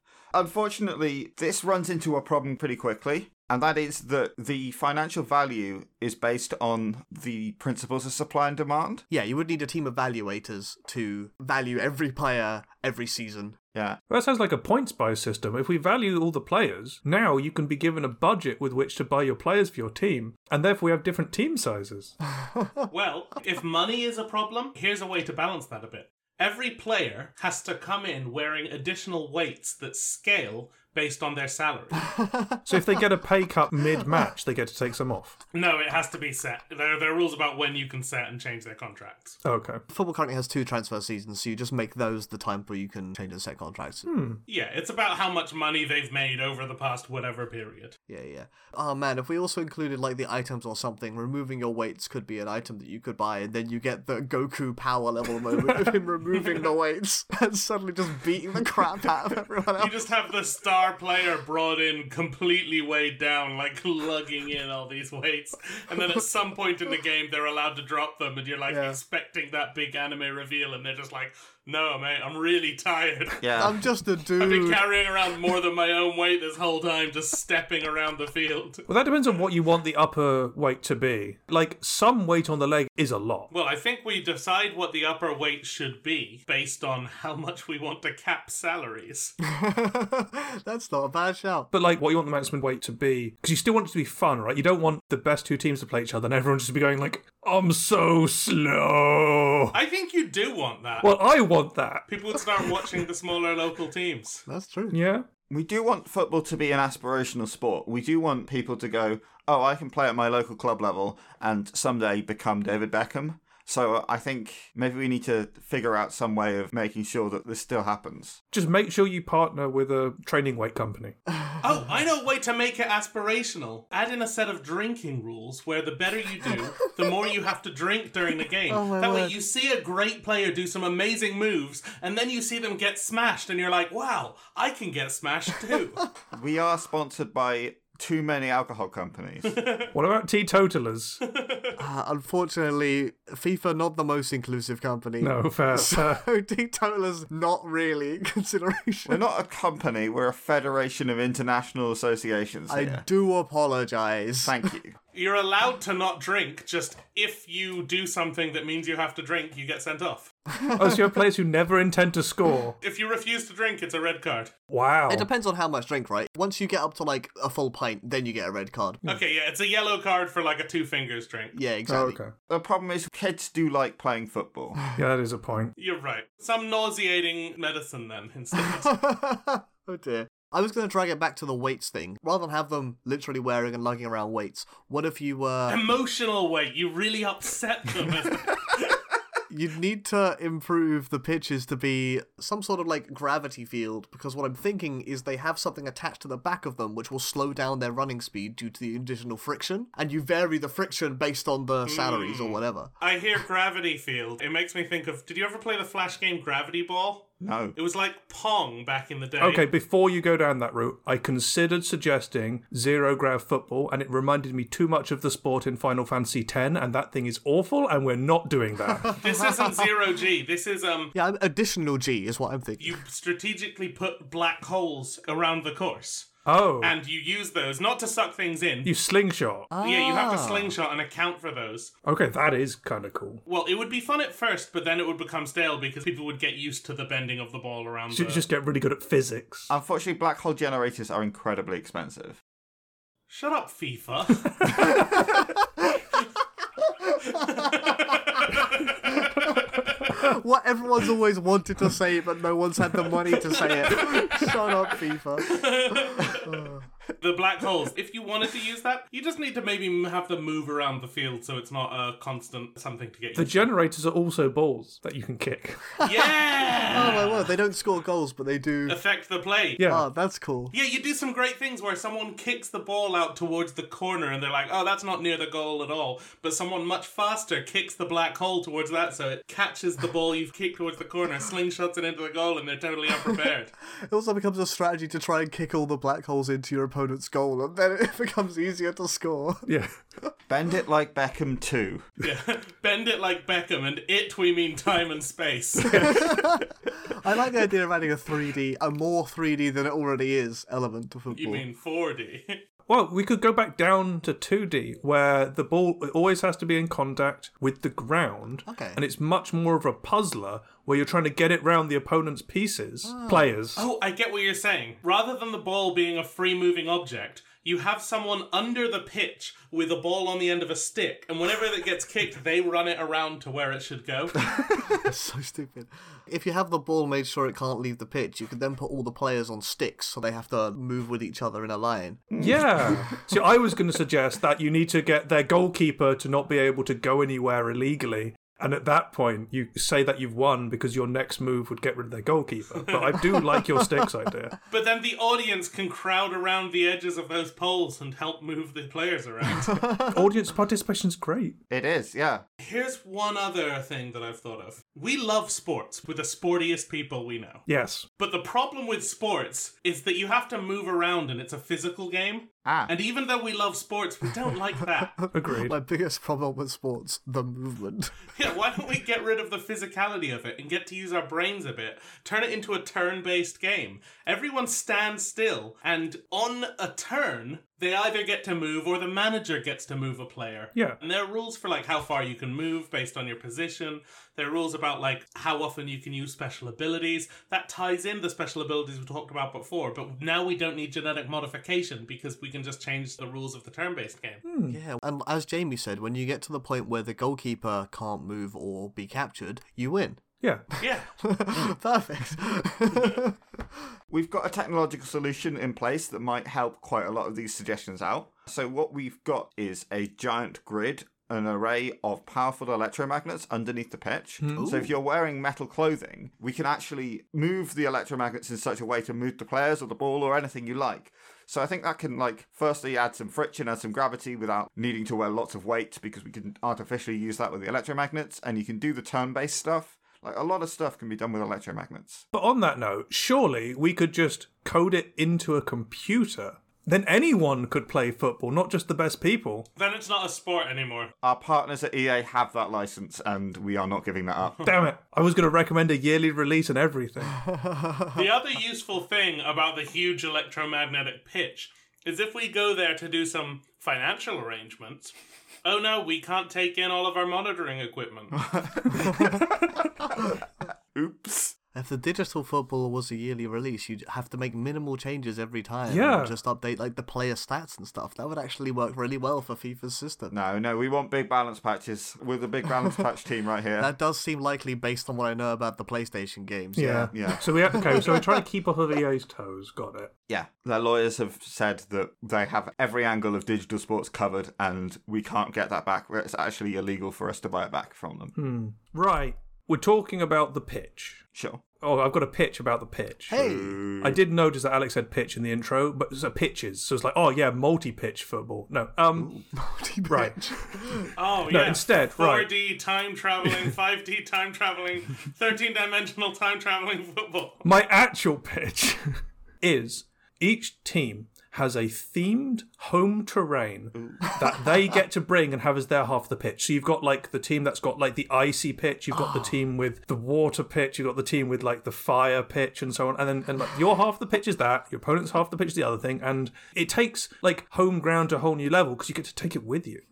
D: Unfortunately, this runs into a problem pretty quickly, and that is that the financial value is based on the principles of supply and demand.
A: Yeah, you would need a team of evaluators to value every player every season.
D: Yeah.
C: Well, that sounds like a points buy system. If we value all the players, now you can be given a budget with which to buy your players for your team, and therefore we have different team sizes.
B: Well, if money is a problem, here's a way to balance that a bit. Every player has to come in wearing additional weights that scale based on their salary.
C: So if they get a pay cut mid match, they get to take some off.
B: No, it has to be set. There, there are rules about when you can set and change their contracts.
C: Okay.
A: Football currently has two transfer seasons, so you just make those the time where you can change and set contracts.
B: Yeah, it's about how much money they've made over the past whatever period.
A: Yeah, yeah. Oh man, if we also included like the items or something, removing your weights could be an item that you could buy, and then you get the Goku power level moment of him removing the weights and suddenly just beating the crap out of everyone
B: You
A: else.
B: just have the star player brought in completely weighed down, like lugging in all these weights. And then at some point in the game, they're allowed to drop them, and you're like
A: Yeah.
B: expecting that big anime reveal, and they're just like, no, mate, I'm really tired.
D: Yeah.
A: I'm just a
B: I've been
A: dude.
B: carrying around more than my own weight this whole time, just stepping around the field.
C: Well, that depends on what you want the upper weight to be. Like, some weight on the leg is a lot.
B: Well, I think we decide what the upper weight should be based on how much we want to cap salaries.
A: That's not a bad shout.
C: But, like, what you want the maximum weight to be, because you still want it to be fun, right? You don't want the best two teams to play each other and everyone just to be going, like, I'm so slow.
B: I think you do want that.
C: Well, I want that.
B: People would start watching the smaller local teams.
A: That's true.
C: Yeah.
D: We do want football to be an aspirational sport. We do want people to go, oh, I can play at my local club level and someday become David Beckham. So I think maybe we need to figure out some way of making sure that this still happens.
C: Just make sure you partner with a training weight company.
B: Oh, I know a way to make it aspirational. Add in a set of drinking rules where the better you do, the more you have to drink during the game.
A: Oh, my
B: that way
A: word.
B: you see a great player do some amazing moves and then you see them get smashed and you're like, "Wow, I can get smashed too."
D: We are sponsored by too many alcohol companies.
C: What about teetotalers?
A: Uh, unfortunately, FIFA not the most inclusive company.
C: No, fair. fair.
A: So teetotalers not really in
D: we're
A: consideration.
D: not a company, we're a federation of international associations
A: I
D: here.
A: do apologize.
D: Thank you.
B: You're allowed to not drink just if you do something that means you have to drink, you get sent off.
C: Oh, so you have players who never intend to score.
B: If you refuse to drink, it's a red card.
C: Wow.
A: It depends on how much drink, right? Once you get up to like a full pint, then you get a red card.
B: Okay, yeah, it's a yellow card for like a two fingers drink.
A: Yeah,
C: Oh,
A: exactly.
C: okay.
D: The problem is, kids do like playing football.
C: Yeah, that is a point.
B: You're right. Some nauseating medicine then instead.
A: oh dear. I was going to drag it back to the weights thing. Rather than have them literally wearing and lugging around weights, what if you uh,
B: Emotional weight. You really upset them.
A: you'd need to improve the pitches to be some sort of like gravity field? Because what I'm thinking is they have something attached to the back of them which will slow down their running speed due to the additional friction, and you vary the friction based on the salaries or whatever.
B: I hear gravity field. It makes me think of. Did you ever play the Flash game Gravity Ball?
D: No.
B: It was like Pong back in the day.
C: Okay, before you go down that route, I considered suggesting zero grav football, and it reminded me too much of the sport in Final Fantasy X, and that thing is awful, and we're not doing that.
B: This isn't zero G. This is um
A: Yeah, I'm- additional G is what I'm thinking.
B: you strategically put black holes around the course.
C: oh,
B: And you use those not to suck things in.
C: you slingshot.
B: Yeah, you have to
A: Ah.
B: slingshot and account for those.
C: Okay, that is kind of cool.
B: Well, it would be fun at first, but then it would become stale because people would get used to the bending of the ball around
C: Should
B: the...
C: just get really good at physics.
D: Unfortunately, black hole generators are incredibly expensive.
B: Shut up, FIFA.
A: what everyone's always wanted to say, but no one's had the money to say it. Shut up, FIFA.
B: the black holes. If you wanted to use that, you just need to maybe m- have them move around the field so it's not a constant something to get
C: the
B: used
C: generators are also balls that you can kick.
B: to. Yeah!
A: Oh my word, they don't score goals, but they do.
B: Affect the play.
C: Yeah.
A: Ah, that's cool.
B: Yeah, you do some great things where someone kicks the ball out towards the corner and they're like, oh, that's not near the goal at all. But someone much faster kicks the black hole towards that, so it catches the ball you've kicked towards the corner, slingshots it into the goal, and they're totally unprepared.
A: It also becomes a strategy to try and kick all the black holes into your opponent's goal, and then it becomes easier to score.
C: yeah.
D: Bend it like Beckham 2.
B: yeah. Bend it like Beckham, and it we mean time and space.
A: I like the idea of adding a 3D, a more 3D than it already is element to football.
B: you mean 4D.
C: Well, we could go back down to 2D, where the ball always has to be in contact with the ground.
A: Okay.
C: And it's much more of a puzzler where you're trying to get it round the opponent's pieces, players.
B: oh, I get what you're saying. Rather than the ball being a free moving object, you have someone under the pitch with a ball on the end of a stick, and whenever it gets kicked, they run it around to where it should go.
A: so stupid. If you have the ball made sure it can't leave the pitch, you can then put all the players on sticks so they have to move with each other in a line.
C: Yeah. See, I was going to suggest that you need to get their goalkeeper to not be able to go anywhere illegally. And at that point, you say that you've won because your next move would get rid of their goalkeeper. But I do like your sticks idea.
B: But then the audience can crowd around the edges of those poles and help move the players around.
C: Audience participation's great.
D: It is, yeah.
B: Here's one other thing that I've thought of. We love sports. We're the sportiest people we know.
C: Yes.
B: But the problem with sports is that you have to move around and it's a physical game.
D: Ah.
B: And even though we love sports, we don't like that.
C: Agreed.
A: My biggest problem with sports, the movement.
B: yeah, why don't we get rid of the physicality of it and get to use our brains a bit? Turn it into a turn based game. Everyone stands still, and on a turn, they either get to move or the manager gets to move a player.
C: Yeah.
B: And there are rules for like how far you can move based on your position. There are rules about like how often you can use special abilities. That ties in the special abilities we talked about before, but now we don't need genetic modification because we can just change the rules of the turn based game.
A: yeah, and as Jamie said, when you get to the point where the goalkeeper can't move or be captured, you win.
C: Yeah.
B: Yeah.
A: Perfect.
D: We've got a technological solution in place that might help quite a lot of these suggestions out. So, what we've got is a giant grid, an array of powerful electromagnets underneath the pitch. So, if you're wearing metal clothing, we can actually move the electromagnets in such a way to move the players or the ball or anything you like. So I think that can like firstly add some friction and some gravity without needing to wear lots of weight because we can artificially use that with the electromagnets and you can do the turn-based stuff. Like a lot of stuff can be done with electromagnets.
C: But on that note, surely we could just code it into a computer. Then anyone could play football, not just the best people.
B: then it's not a sport anymore.
D: Our partners at EA have that license, and we are not giving that up.
C: Damn it. I was going to recommend a yearly release and everything.
B: The other useful thing about the huge electromagnetic pitch is if we go there to do some financial arrangements, oh no, we can't take in all of our monitoring equipment.
D: Oops.
A: if the digital football was a yearly release, you'd have to make minimal changes every time.
C: Yeah.
A: And just update like the player stats and stuff. That would actually work really well for FIFA's system.
D: No, no, we want big balance patches. We're the big balance patch team right here.
A: That does seem likely based on what I know about the PlayStation games.
C: Yeah.
D: yeah.
C: So we have okay, so we're trying to keep off of EA's toes, got it.
D: yeah. Their lawyers have said that they have every angle of digital sports covered, and we can't get that back. It's actually illegal for us to buy it back from them.
C: Right. We're talking about the pitch.
D: Sure.
C: oh, I've got a pitch about the pitch.
A: Hey,
C: I did notice that Alex said pitch in the intro, but it's a pitches. So it's like, oh, yeah, multi pitch football. No. Um, right.
B: Oh
C: No,
B: yeah.
C: instead, right.
B: 4D time traveling, 5D time traveling, 13 dimensional time traveling football.
C: My actual pitch is each team has a themed home terrain that they get to bring and have as their half of the pitch. So you've got like the team that's got like the icy pitch, you've got the team with the water pitch, you've got the team with like the fire pitch and so on. And then and like your half of the pitch is that, your opponent's half of the pitch is the other thing, and it takes like home ground to a whole new level because you get to take it with you.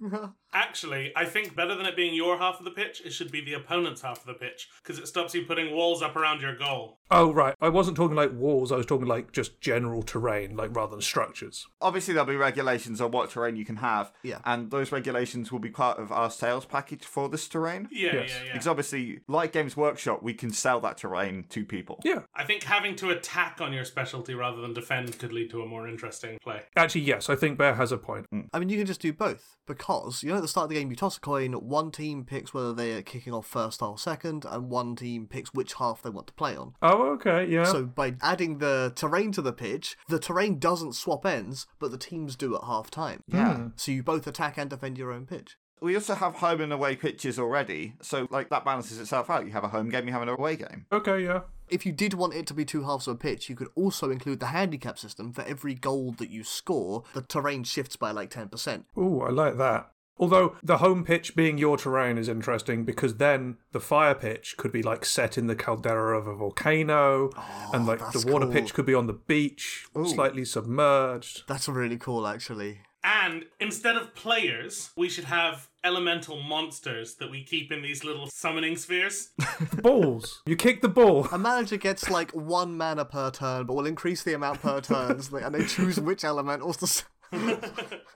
B: Actually, I think better than it being your half of the pitch, it should be the opponent's half of the pitch because it stops you putting walls up around your goal.
C: Oh right. I wasn't talking like walls, I was talking like just general terrain, like rather than structures.
D: Obviously, there'll be regulations on what terrain you can have.
A: Yeah.
D: And those regulations will be part of our sales package for this terrain.
B: Yeah,
C: Yes.
B: yeah, yeah.
D: Because obviously, like Games Workshop, we can sell that terrain to people.
C: Yeah.
B: I think having to attack on your specialty rather than defend could lead to a more interesting play.
C: Actually, yes, I think Bear has a point.
A: I mean, you can just do both because you know at the start of the game you toss a coin. One team picks whether they are kicking off first half, second, and one team picks which half they want to play on.
C: Oh, okay, yeah.
A: So by adding the terrain to the pitch, the terrain doesn't swap ends, but the teams do at half time.
D: Yeah.
A: So you both attack and defend your own pitch.
D: We also have home and away pitches already. So, like, that balances itself out. You have a home game, you have an away game.
C: okay, yeah.
A: If you did want it to be two halves of a pitch, you could also include the handicap system. For every goal that you score, the terrain shifts by like 10%.
C: Ooh, I like that. Although the home pitch being your terrain is interesting because then the fire pitch could be like set in the caldera of a volcano, and like
A: Oh, that's
C: the water
A: cool.
C: pitch could be on the beach, slightly submerged.
A: That's really cool, actually.
B: And instead of players, we should have elemental monsters that we keep in these little summoning spheres.
C: The balls. you kick the ball.
A: A manager gets like one mana per turn, but will increase the amount per turn, so they- and they choose which elementals to. s-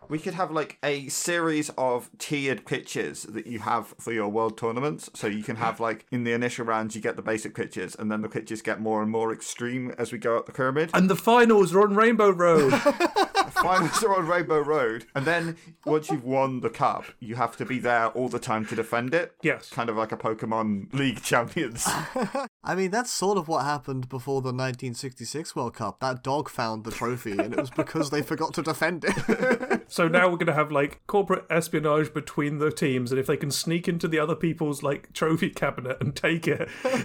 D: We could have like a series of tiered pitches that you have for your world tournaments. So you can have like in the initial rounds, you get the basic pitches, and then the pitches get more and more extreme as we go up the pyramid.
C: And the finals are on Rainbow Road.
D: Finals are on Rainbow Road, and then once you've won the cup, you have to be there all the time to defend it.
C: Yes.
D: kind of like a Pokemon League Champions.
A: I mean, that's sort of what happened before the 1966 World Cup. That dog found the trophy, and it was because they forgot to defend it.
C: so now we're going to have like corporate espionage between the teams, and if they can sneak into the other people's like trophy cabinet and take it,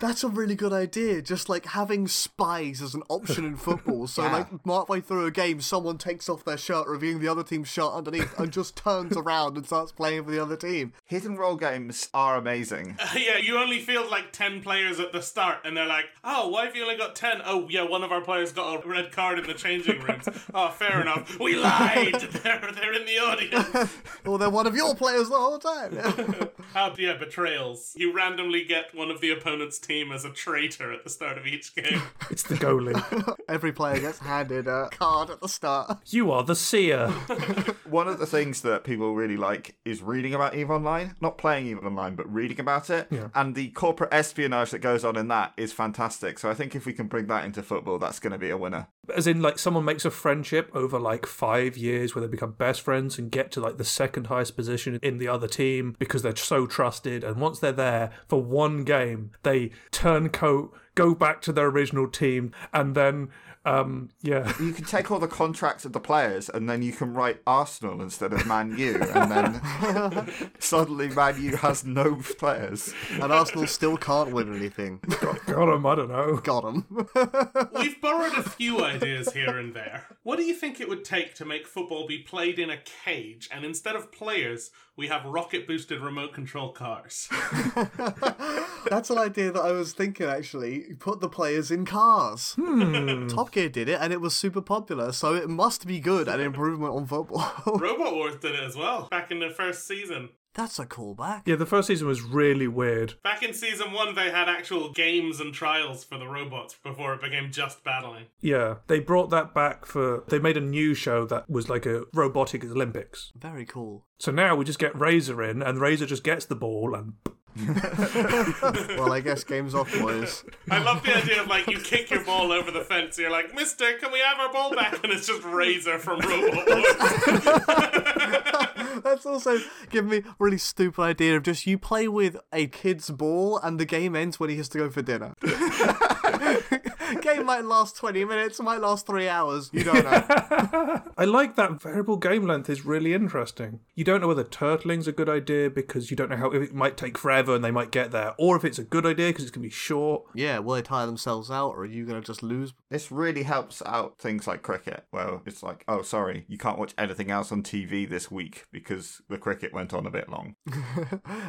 A: That's a really good idea. Just like having spies as an option in football. So like halfway through a game, someone takes off their shirt, revealing the other team's shirt underneath, and just turns around and starts playing for the other team.
D: Hit and roll games are amazing.
B: yeah, you only field like 10 players at the start, and they're like, oh, why have you only got 10? Oh, yeah, one of our players got a red card in the changing rooms. oh, fair enough. We lied! they're, they're in the audience.
A: Or they're one of your players the whole time.
B: How, Uh, yeah, betrayals. You randomly get one of the opponent's team as a traitor at the start of each game.
C: it's the goalie.
A: Every player gets handed a card at the start.
C: you are the seer.
D: One of the things that people really like is reading about EVE Online, not playing EVE Online, but reading about it. And the corporate espionage that goes on in that is fantastic. So I think if we can bring that into football, that's going to be a winner.
C: as in like someone makes a friendship over like five years where they become best friends and get to like the second highest position in the other team because they're so trusted and once they're there for one game they turn coat go back to their original team and then um yeah
D: You can take all the contracts of the players and then you can write Arsenal instead of Man U. And then suddenly Man U has no players.
A: And Arsenal still can't win anything.
C: god um, i don't know
A: Got them.
B: We've borrowed a few ideas here and there. What do you think it would take to make football be played in a cage and instead of players, we have rocket boosted remote control cars?
A: That's an idea that I was thinking actually. Put the players in cars. Top Gear did it and it was super popular, so it must be good an improvement on football.
B: Robot Wars did it as well back in the first season.
A: That's a callback.
C: yeah the first season was really weird
B: Back in season one, they had actual games and trials for the robots before it became just battling.
C: yeah they brought that back for they made a new show that was like a robotic olympics
A: Very cool.
C: so now we just get razor in and razor just gets the ball and
A: Well, I guess game's off, boys.
B: I love the idea of like you kick your ball over the fence, you're like, Mister, can we have our ball back? And it's just Razor from Robot Wars.
A: That's also given me a really stupid idea of just you play with a kid's ball and the game ends when he has to go for dinner. game might last 20 minutes, might last three hours. You don't know.
C: I like that variable game length is really interesting. You don't know whether turtling's a good idea because you don't know how if it might take forever and they might get there, or if it's a good idea because it's gonna be short.
A: yeah, will they tire themselves out or are you going to just lose?
D: This really helps out things like cricket, where it's like, oh, sorry, you can't watch anything else on TV this week because the cricket went on a bit long.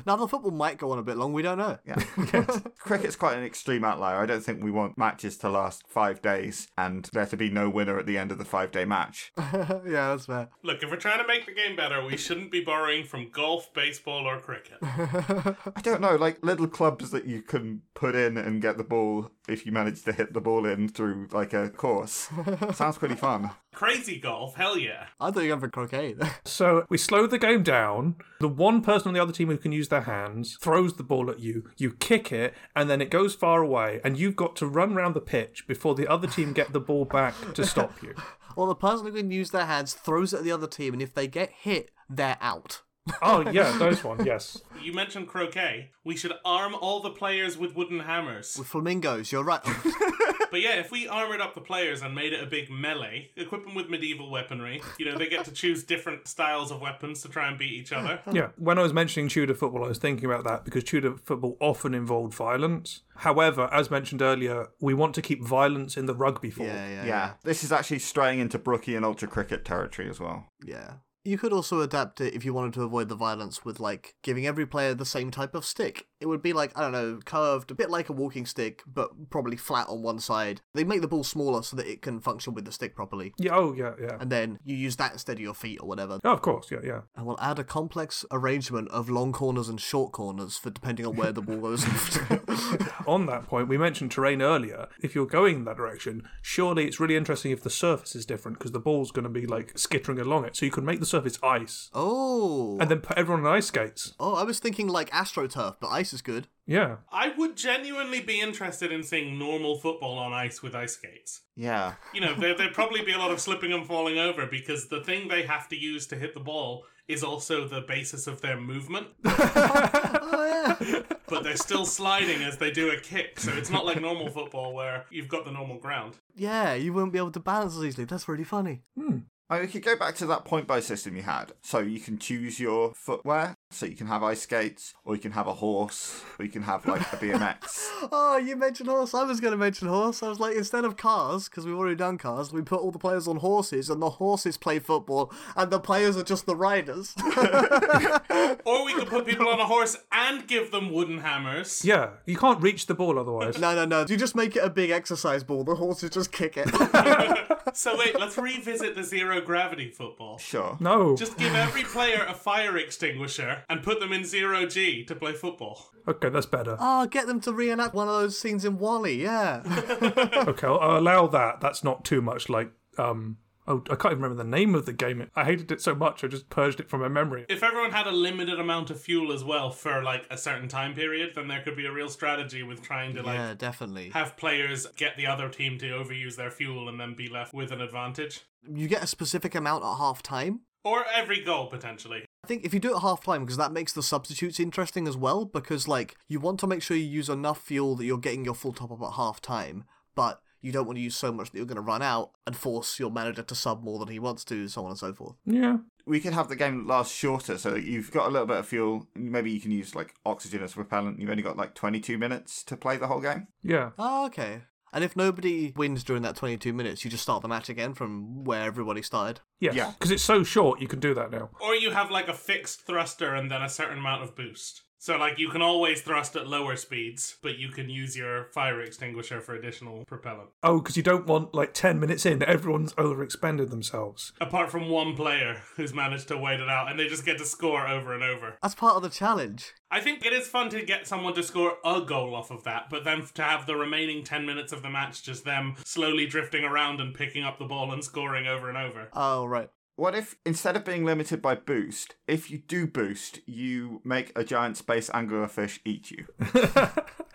A: Now, the football might go on a bit long. We don't know.
D: Yeah. Cricket's quite an extreme outlier. I don't think we want matches to last five days and there to be no winner at the end of the five day match.
A: yeah, that's fair.
B: Look, if we're trying to make the game better, we shouldn't be borrowing from golf, baseball, or cricket.
D: I don't know, like little clubs that you can put in and get the ball if you manage to hit the ball in through like a course. Sounds pretty fun.
B: Crazy golf, hell yeah.
A: I thought you were going for croquet.
C: So we slow the game down. The one person on the other team who can use their hands throws the ball at you. You kick it, and then it goes far away, and you've got to run round the pitch before the other team get the ball back to stop you.
A: Well, the person who can use their hands throws it at the other team, and if they get hit, they're out.
C: Oh yeah, those one, yes.
B: You mentioned croquet. We should arm all the players with wooden hammers.
A: Flamingos, you're right.
B: But yeah, if we armored up the players and made it a big melee, equip them with medieval weaponry, you know, they get to choose different styles of weapons to try and beat each other.
C: Yeah. When I was mentioning Tudor football, I was thinking about that because Tudor football often involved violence. However, as mentioned earlier, we want to keep violence in the rugby form.
D: Yeah. This is actually straying into brookie and ultra cricket territory as well.
A: Yeah. You could also adapt it if you wanted to avoid the violence with like giving every player the same type of stick. It would be like, I don't know, curved, a bit like a walking stick, but probably flat on one side. They make the ball smaller so that it can function with the stick properly.
C: Yeah, oh yeah, yeah.
A: And then you use that instead of your feet or whatever.
C: Oh, of course, yeah, yeah.
A: And we'll add a complex arrangement of long corners and short corners for depending on where the ball goes.
C: On that point, we mentioned terrain earlier. If you're going in that direction, surely it's really interesting if the surface is different because the ball's going to be like skittering along it. So you could make the surface ice
A: oh.
C: and then put everyone on ice skates.
A: Oh, I was thinking like AstroTurf, but ice is good.
C: Yeah.
B: I would genuinely be interested in seeing normal football on ice with ice skates.
D: Yeah.
B: You know, there, there'd probably be a lot of slipping and falling over because the thing they have to use to hit the ball is also the basis of their movement.
A: Oh,
B: but they're still sliding as they do a kick, so it's not like normal football where you've got the normal ground.
A: Yeah, you wouldn't be able to balance as easily. That's really funny.
D: I mean, we could go back to that point by system you had. So you can choose your footwear. So you can have ice skates, or you can have a horse, or you can have like a BMX.
A: Oh, you mentioned horse. I was going to mention horse. I was like, instead of cars, because we've already done cars, we put all the players on horses and the horses play football and the players are just the riders.
B: Or we could put people on a horse and give them wooden hammers.
C: Yeah. You can't reach the ball otherwise.
A: no, no, no. You just make it a big exercise ball. The horses just kick it.
B: So wait, let's revisit the zero gravity football.
D: Sure.
C: No.
B: Just give every player a fire extinguisher and put them in zero G to play football.
C: Okay, that's better.
A: oh, get them to reenact one of those scenes in Wally. Yeah.
C: Okay, I'll, I'll allow that. That's not too much like um oh I can't even remember the name of the game. I hated it so much I just purged it from my memory.
B: If everyone had a limited amount of fuel as well for like a certain time period, then there could be a real strategy with trying to like
A: yeah, definitely.
B: have players get the other team to overuse their fuel and then be left with an advantage.
A: You get a specific amount at half time.
B: Or every goal potentially.
A: I think if you do it half time, because that makes the substitutes interesting as well, because like you want to make sure you use enough fuel that you're getting your full top up at half time, but you don't want to use so much that you're going to run out and force your manager to sub more than he wants to, so on and so forth.
C: Yeah.
D: We could have the game last shorter, so that you've got a little bit of fuel. Maybe you can use like oxygen as propellant. You've only got like 22 minutes to play the whole game.
C: Yeah.
A: Ah, okay. And if nobody wins during that 22 minutes, you just start the match again from where everybody started.
C: Yes.
D: Yeah.
C: Because it's so short, you can do that now.
B: Or you have like a fixed thruster and then a certain amount of boost. So like you can always thrust at lower speeds, but you can use your fire extinguisher for additional propellant.
C: Oh, because you don't want like 10 minutes in, everyone's overexpended themselves.
B: Apart from one player who's managed to wait it out and they just get to score over and over.
A: That's part of the challenge.
B: I think it is fun to get someone to score a goal off of that, but then to have the remaining 10 minutes of the match just them slowly drifting around and picking up the ball and scoring over and over.
A: Oh, right.
D: What if instead of being limited by boost, if you do boost, you make a giant space anglerfish eat you?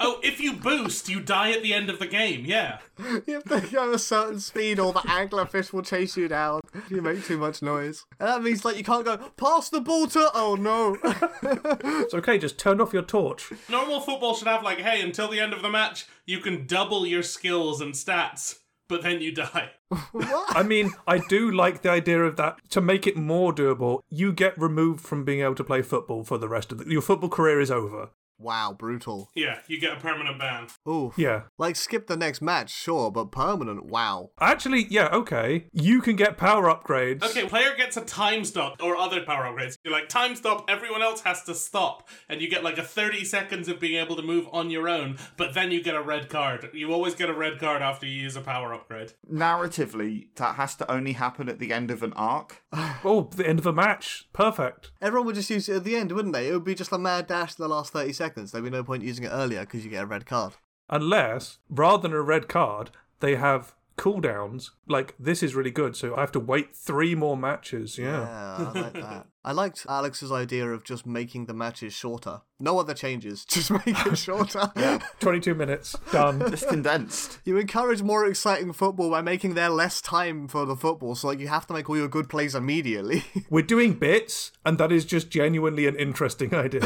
B: Oh, if you boost, you die at the end of the game. Yeah.
A: If they go a certain speed, all the anglerfish will chase you down. You make too much noise. And that means, like, you can't go, pass the ball to. Oh, no.
C: It's okay, just turn off your torch.
B: Normal football should have like, hey, until the end of the match, you can double your skills and stats, but then you die.
C: I mean, I do like the idea of that. To make it more doable, you get removed from being able to play football for the rest of the, your football career is over.
A: wow, brutal.
B: Yeah, you get a permanent ban.
A: Ooh.
C: Yeah.
A: Like, skip the next match, sure, but permanent, wow.
C: Actually, yeah, okay. You can get power upgrades.
B: Okay, player gets a time stop or other power upgrades. You're like, time stop, everyone else has to stop. And you get like a 30 seconds of being able to move on your own, but then you get a red card. You always get a red card after you use a power upgrade.
D: Narratively, that has to only happen at the end of an arc.
C: Oh, the end of a match. Perfect.
A: Everyone would just use it at the end, wouldn't they? It would be just a mad dash in the last 30 seconds. There'd be no point using it earlier because you get a red card.
C: Unless, rather than a red card, they have cooldowns. Like, this is really good, so I have to wait three more matches. Yeah.
A: Yeah, I like that. I liked Alex's idea of just making the matches shorter. No other changes, just make it shorter.
C: 22 minutes. Done.
D: Just condensed.
A: You encourage more exciting football by making there less time for the football, so like you have to make all your good plays immediately.
C: We're doing bits, and that is just genuinely an interesting idea.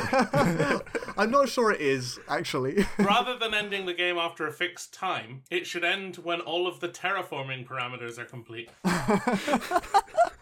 A: I'm not sure it is, actually.
B: Rather than ending the game after a fixed time, it should end when all of the terraforming parameters are complete.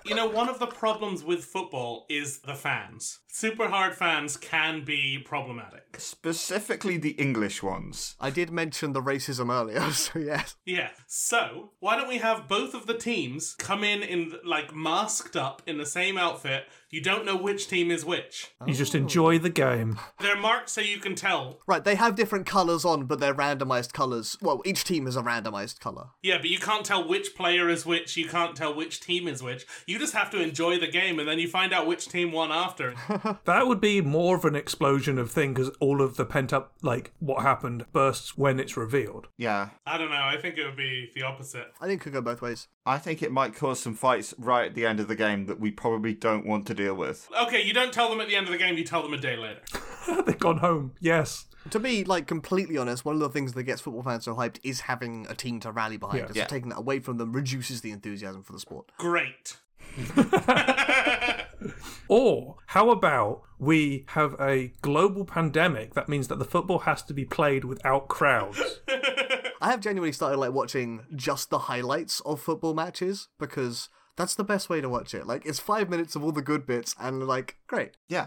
B: you know, one of the problems with football is the fans. Super hard fans can be problematic.
D: Specifically the English ones.
A: I did mention the racism earlier, so yes.
B: Yeah. So, why don't we have both of the teams come in in like masked up in the same outfit? You don't know which team is which.
C: you just enjoy the game.
B: They're marked so you can tell.
A: Right, they have different colours on, but they're randomised colours. Well, each team is a randomised colour.
B: Yeah, but you can't tell which player is which. You can't tell which team is which. You just have to enjoy the game and then you find out which team won after.
C: That would be more of an explosion of thing because all of the pent up, like what happened, bursts when it's revealed.
D: Yeah.
B: I don't know. I think it would be the opposite.
A: I think it could go both ways.
D: I think it might cause some fights right at the end of the game that we probably don't want to deal with.
B: Okay, you don't tell them at the end of the game, you tell them a day later.
C: They've gone home. Yes.
A: To be like completely honest, one of the things that gets football fans so hyped is having a team to rally behind.
C: Yeah.
A: So taking that away from them reduces the enthusiasm for the sport.
B: Great.
C: Or how about we have a global pandemic that means that the football has to be played without crowds?
A: I have genuinely started like watching just the highlights of football matches because that's the best way to watch it. Like it's five minutes of all the good bits and like great.
D: Yeah.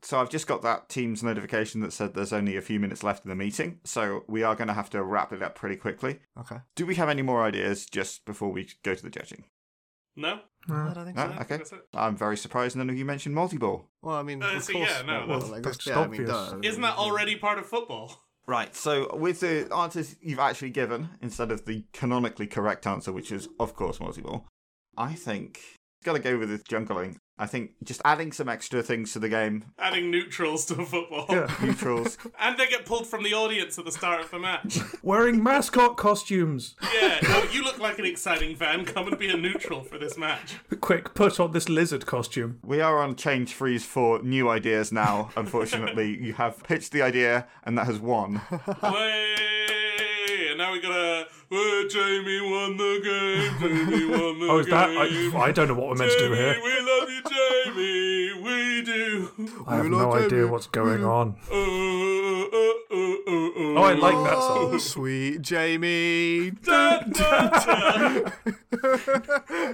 D: So I've just got that Teams notification that said there's only a few minutes left in the meeting, so we are going to have to wrap it up pretty quickly.
A: Okay.
D: Do we have any more ideas just before we go to the judging?
B: No?
A: I don't think
D: No?
A: so.
D: Okay.
B: that's it.
D: I'm very surprised none of you mentioned multi-ball.
A: Well, I mean,
B: Uh,
A: of
B: so
A: course.
B: yeah, no,
A: well,
B: that's-
A: like,
C: that's
A: yeah, I mean,
C: obvious.
A: duh.
B: Isn't that already part of football?
D: Right, so with the answers you've actually given, instead of the canonically correct answer, which is, of course, multi-ball, I think... Gotta go with the jungling. I think just adding some extra things to the game,
B: Adding neutrals to football.
D: neutrals,
B: And they get pulled from the audience at the start of the match.
C: Wearing mascot costumes.
B: yeah, no, you look like an exciting fan. Come and be a neutral for this match.
C: Quick, put on this lizard costume.
D: We are on change freeze for new ideas now. Unfortunately, you have pitched the idea, and that has won.
B: Way! And now we gotta. "Well, Jamie won the game. Jamie won the
C: Oh, is that?
B: game.
C: I, I don't know what we're meant to do
B: Jamie,
C: here.
B: we love you, Jamie. We do.
C: I have no idea what's going on.
B: Uh, uh, uh, uh, uh.
C: Oh, I like that
A: Oh,
C: song.
A: sweet Jamie.
B: Da, da, da.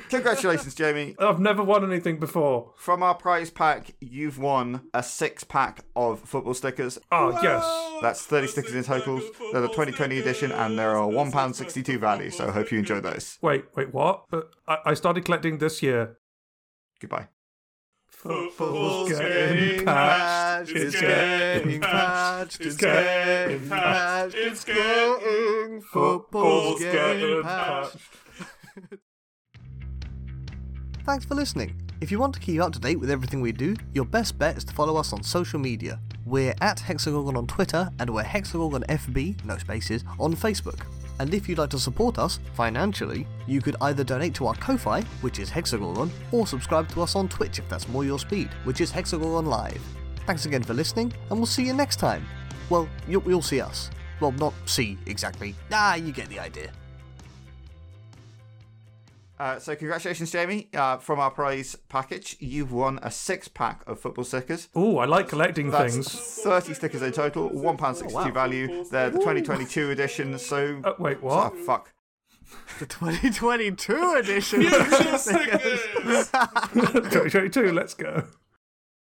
D: Congratulations, Jamie.
C: I've never won anything before.
D: From our prize pack, you've won a six pack of football stickers.
C: Oh, yes.
D: That's 30 stickers in total. They're the 2020 edition, and there are £1.62 value, so I hope you enjoy those.
C: Wait, wait, what? But I, I started collecting this year.
D: Goodbye.
B: Football's
C: getting
A: patched,
B: it's getting patched, it's
C: getting
B: patched, it's
A: getting
C: football's getting patched.
A: Thanks for listening. If you want to keep up to date with everything we do, your best bet is to follow us on social media. We're at Hexagorgon on Twitter and we're Hexagorgon FB, no spaces, on Facebook. And if you'd like to support us financially, you could either donate to our Ko-Fi, which is Hexagon, or subscribe to us on Twitch if that's more your speed, which is Hexagon Live. Thanks again for listening, and we'll see you next time. Well, you- you'll see us. Well, not see exactly. Ah, you get the idea.
D: Uh, so congratulations, Jamie. Uh, from our prize package, you've won a six pack of football stickers.
C: Ooh, I like collecting
D: That's
C: things.
D: 30 stickers in total, £1.62 value. They're the 2022 edition, so.
C: Uh, wait,
D: Oh,
C: what?
D: fuck.
A: The 2022 edition.
B: Stickers!
C: 2022, let's go.